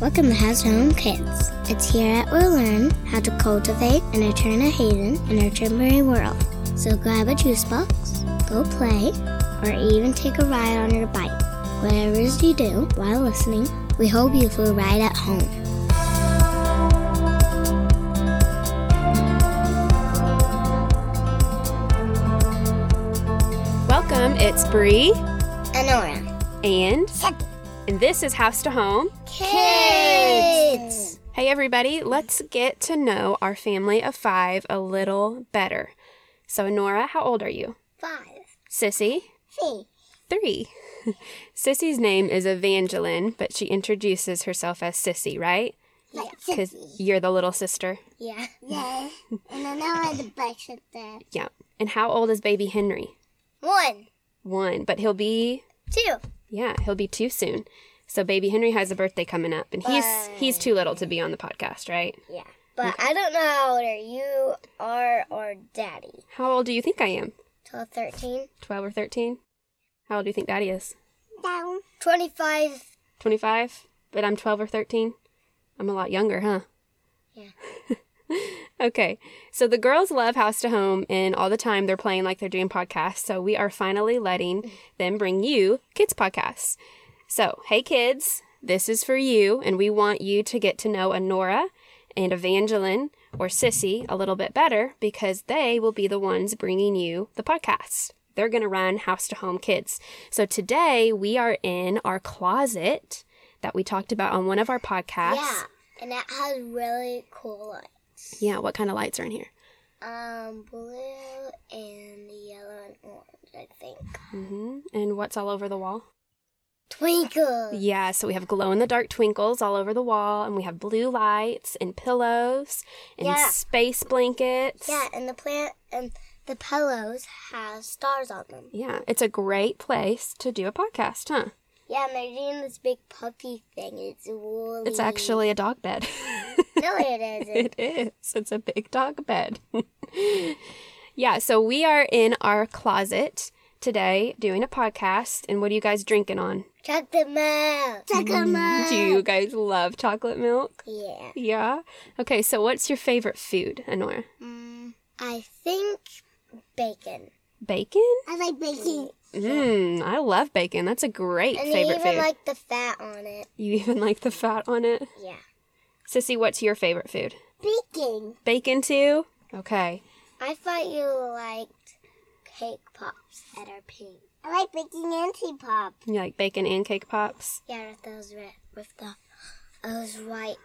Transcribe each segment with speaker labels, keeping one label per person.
Speaker 1: Welcome to House to Home Kids. It's here that we'll learn how to cultivate and return a Hayden in our temporary world. So grab a juice box, go play, or even take a ride on your bike. Whatever it is you do while listening, we hope you feel right at home.
Speaker 2: Welcome, it's Bree
Speaker 1: Anora.
Speaker 2: and and this is House to Home.
Speaker 1: Kids!
Speaker 2: Hey everybody, let's get to know our family of 5 a little better. So Nora, how old are you?
Speaker 1: Five.
Speaker 2: Sissy?
Speaker 1: Three.
Speaker 2: 3. Sissy's name is Evangeline, but she introduces herself as Sissy, right? Cuz you're the little sister.
Speaker 1: Yeah. Yeah. and I know how to brush it there.
Speaker 2: Yeah. And how old is baby Henry?
Speaker 1: One,
Speaker 2: 1, but he'll be
Speaker 1: two.
Speaker 2: yeah, he'll be 2 soon. So baby Henry has a birthday coming up and he's he's too little to be on the podcast, right?
Speaker 1: Yeah. But I don't know how old are you are or daddy.
Speaker 2: How old do you think I am?
Speaker 1: 12, 13?
Speaker 2: 12 or 13? How old do you think daddy is?
Speaker 1: Down. 25.
Speaker 2: 25? But I'm 12 or 13? I'm a lot younger, huh?
Speaker 1: Yeah.
Speaker 2: okay. So the girls love House to Home, and all the time they're playing like they're doing podcasts. So we are finally letting them bring you kids' podcasts. So, hey, kids, this is for you, and we want you to get to know Honora and Evangeline or Sissy a little bit better because they will be the ones bringing you the podcast. They're going to run House to Home Kids. So today we are in our closet that we talked about on one of our podcasts.
Speaker 1: Yeah. And it has really cool light.
Speaker 2: Yeah, what kind of lights are in here?
Speaker 1: Um, blue and yellow and orange, I think.
Speaker 2: hmm And what's all over the wall?
Speaker 1: Twinkle.
Speaker 2: Yeah, so we have glow in the dark twinkles all over the wall, and we have blue lights and pillows and
Speaker 1: Yeah.
Speaker 2: space blankets.
Speaker 1: Yeah, and the plant and the pillows has stars on them.
Speaker 2: Yeah, it's a great place to do a podcast, huh?
Speaker 1: Yeah, and they're doing this big puppy thing. It's woolly.
Speaker 2: It's actually a dog bed.
Speaker 1: no, it isn't.
Speaker 2: it is. It's a big dog bed. yeah, so we are in our closet today doing a podcast, and what are you guys drinking on?
Speaker 1: Check them out. Check them out.
Speaker 2: Do you guys love chocolate milk?
Speaker 1: Yeah.
Speaker 2: Yeah. Okay, so what's your favorite food, Honora?
Speaker 1: Mm, I think bacon.
Speaker 2: Bacon?
Speaker 1: I like bacon.
Speaker 2: Mmm, I love bacon. That's a great
Speaker 1: And they
Speaker 2: favorite
Speaker 1: even
Speaker 2: food.
Speaker 1: like the fat on it.
Speaker 2: you even like the fat on it?
Speaker 1: Yeah.
Speaker 2: Sissy, what's your favorite food?
Speaker 1: Bacon.
Speaker 2: Bacon too? Okay.
Speaker 1: I thought you liked cake pops that are pink. I like bacon and tea pop.
Speaker 2: You like bacon and cake pops?
Speaker 1: Yeah, with those red, with the those white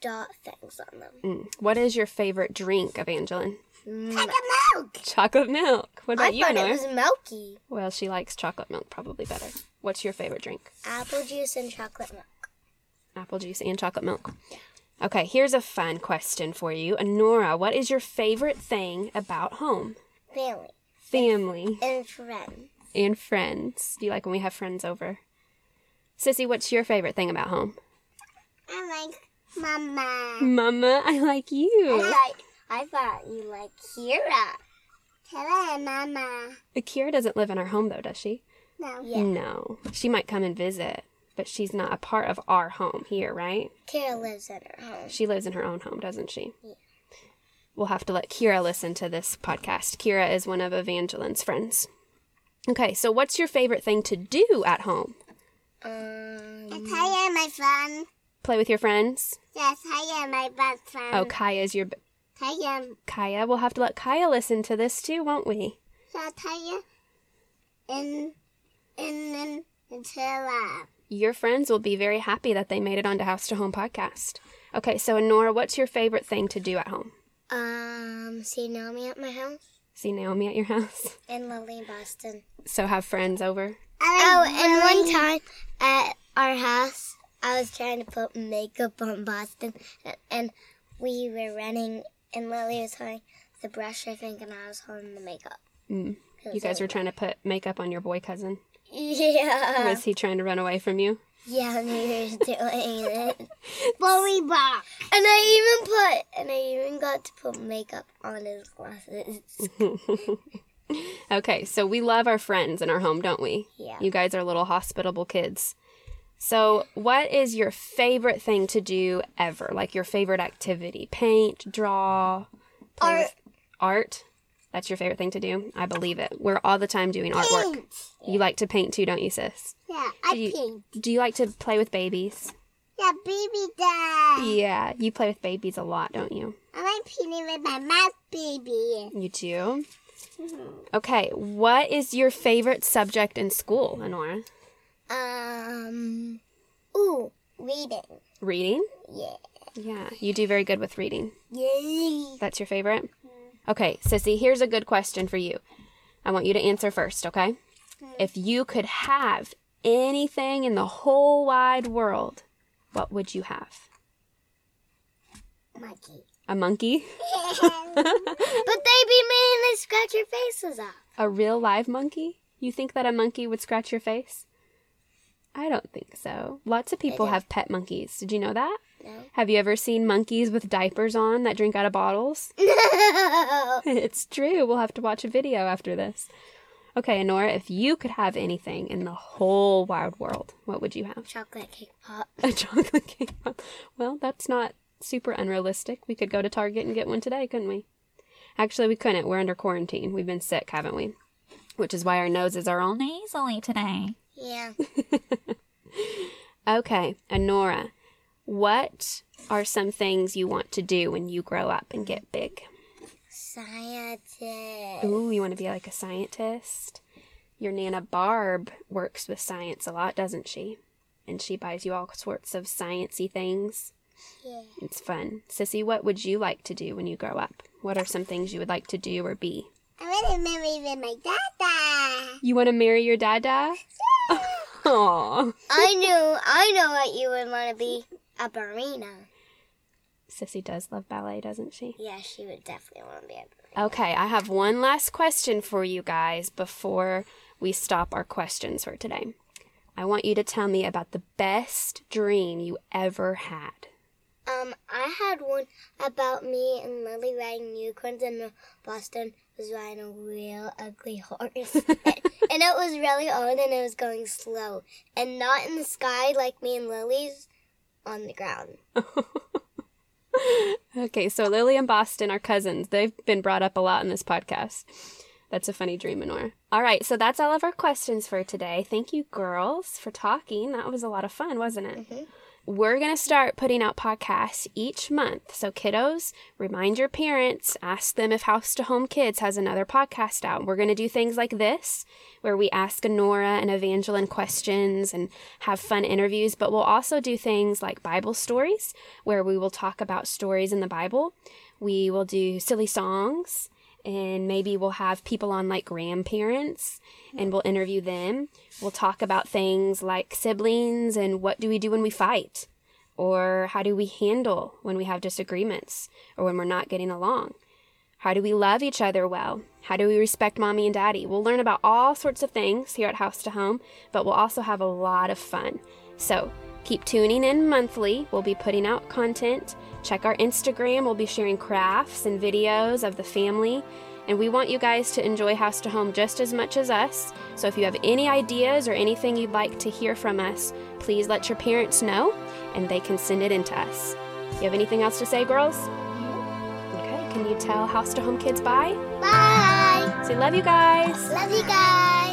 Speaker 1: dot things on them.
Speaker 2: Mm. What is your favorite drink, Evangeline?
Speaker 1: Check them out.
Speaker 2: Chocolate milk. What
Speaker 1: Mm. I
Speaker 2: about you,
Speaker 1: thought
Speaker 2: Honor?
Speaker 1: it was milky.
Speaker 2: Well, she likes chocolate milk probably better. What's your favorite drink?
Speaker 1: Apple juice and chocolate milk.
Speaker 2: Apple juice and chocolate milk. Okay, here's a fun question for you. Honora, what is your favorite thing about home?
Speaker 1: Family
Speaker 2: Family
Speaker 1: and friends.
Speaker 2: and friends. Do you like when we have friends over? Sissy, what's your favorite thing about home?
Speaker 1: I like mama.
Speaker 2: Mama, I like you.
Speaker 1: thought, I thought you like Kira. Hello, Mama.
Speaker 2: Akira doesn't live in our home though, does she?
Speaker 1: No. Yeah.
Speaker 2: No. She might come and visit, but she's not a part of our home here, right?
Speaker 1: Kira lives in her home.
Speaker 2: She lives in her own home, doesn't she?
Speaker 1: Yeah.
Speaker 2: We'll have to let Kira listen to this podcast. Kira is one of Evangeline's friends. Okay, so what's your favorite thing to do at home?
Speaker 1: Um,
Speaker 3: Hiya, my friend.
Speaker 2: Play with your friends?
Speaker 3: Yes, hiya, my best friend.
Speaker 2: Oh, Kaya's your. b-
Speaker 3: Hiya,
Speaker 2: Kaya, we'll have to let Kaya listen to this too, won't we?
Speaker 3: yes, hiya. In, in, in, until I.
Speaker 2: your friends will be very happy that they made it onto House to Home podcast. Okay, so Nora, what's your favorite thing to do at home?
Speaker 1: um, see Naomi at my house
Speaker 2: See Naomi at your house?
Speaker 1: and Lily in Boston.
Speaker 2: So have friends over?
Speaker 1: Oh, and one time at our house, I was trying to put makeup on Boston, a- and we were running, and Lily was holding the brush, I think, and I was holding the makeup.
Speaker 2: Mm. You guys were trying to put makeup on your boy cousin.
Speaker 1: Yeah.
Speaker 2: Was he trying to run away from you?
Speaker 1: Yeah, and we were doing it.
Speaker 3: Bully box.
Speaker 1: And I even put, and I even got to put makeup on his glasses.
Speaker 2: Okay, so we love our friends in our home, don't we?
Speaker 1: Yeah.
Speaker 2: You guys are little hospitable kids. So, what is your favorite thing to do ever? Like your favorite activity? Paint, draw, play with- art. That's your favorite thing to do? I believe it. We're all the time doing artwork.
Speaker 3: Paint.
Speaker 2: You like to paint too, don't you, sis?
Speaker 3: Yeah, I
Speaker 2: Do you-
Speaker 3: paint.
Speaker 2: Do you like to play with babies?
Speaker 3: Yeah, baby doll.
Speaker 2: Yeah, you play with babies a lot, don't you?
Speaker 3: I like painting with my mouth, baby.
Speaker 2: You do. Okay, what is your favorite subject in school, Honora?
Speaker 3: Um. Ooh, reading.
Speaker 2: Reading?
Speaker 3: Yeah.
Speaker 2: Yeah, you do very good with reading.
Speaker 3: Yay.
Speaker 2: That's your favorite? Okay, Sissy, here's a good question for you. I want you to answer first, okay? If you could have anything in the whole wide world, what would you have?
Speaker 3: Monkey.
Speaker 2: A monkey?
Speaker 1: But they be mean they scratch your faces off.
Speaker 2: A real live monkey? You think that a monkey would scratch your face? I don't think so. Lots of people have pet monkeys. Did you know that?
Speaker 1: No.
Speaker 2: Have you ever seen monkeys with diapers on that drink out of bottles?
Speaker 3: No.
Speaker 2: it's true. We'll have to watch a video after this. Okay, Honora, if you could have anything in the whole wide world, what would you have?
Speaker 1: Chocolate cake pop.
Speaker 2: A chocolate cake pop. Well, that's not super unrealistic. We could go to Target and get one today, couldn't we? Actually, we couldn't. We're under quarantine. We've been sick, haven't we? Which is why our noses are all
Speaker 4: nasally today.
Speaker 1: Yeah.
Speaker 2: Okay, Honora, what are some things you want to do when you grow up and get big?
Speaker 1: Scientist.
Speaker 2: Ooh, you want to be like a scientist? Your Nana Barb works with science a lot, doesn't she? And she buys you all sorts of sciencey things.
Speaker 1: Yeah.
Speaker 2: It's fun. Sissy, what would you like to do when you grow up? What are some things you would like to do or be?
Speaker 3: I want to marry with my dada.
Speaker 2: You want to marry your dada? Aw.
Speaker 1: I knew I know what you would want to be. A ballerina.
Speaker 2: Sissy does love ballet, doesn't she?
Speaker 1: Yeah, she would definitely want to be a ballerina.
Speaker 2: Okay, I have one last question for you guys before we stop our questions for today. I want you to tell me about the best dream you ever had.
Speaker 1: Um, I had one about me and Lily riding unicorns in Boston was riding a real ugly horse. and, and it was really old and it was going slow. And not in the sky like me and Lily's on the ground.
Speaker 2: Okay, so Lily and Boston are cousins. They've been brought up a lot in this podcast. That's a funny dream, Honora. All right, so that's all of our questions for today. Thank you, girls, for talking. That was a lot of fun, wasn't it? We're going to start putting out podcasts each month. So, kiddos, remind your parents, ask them if House to Home Kids has another podcast out. We're going to do things like this, where we ask Nora and Evangeline questions and have fun interviews, but we'll also do things like Bible stories, where we will talk about stories in the Bible. We will do silly songs, and maybe we'll have people on like grandparents and we'll interview them. We'll talk about things like siblings and what do we do when we fight, or how do we handle when we have disagreements or when we're not getting along. How do we love each other well? How do we respect mommy and daddy? We'll learn about all sorts of things here at House to Home, but we'll also have a lot of fun. So keep tuning in monthly. We'll be putting out content. Check our Instagram. We'll be sharing crafts and videos of the family. And we want you guys to enjoy House to Home just as much as us. So if you have any ideas or anything you'd like to hear from us, please let your parents know and they can send it in to us. You have anything else to say, girls? Okay, can you tell House to Home Kids bye?
Speaker 3: Bye.
Speaker 2: Say love you guys.
Speaker 3: Love you guys.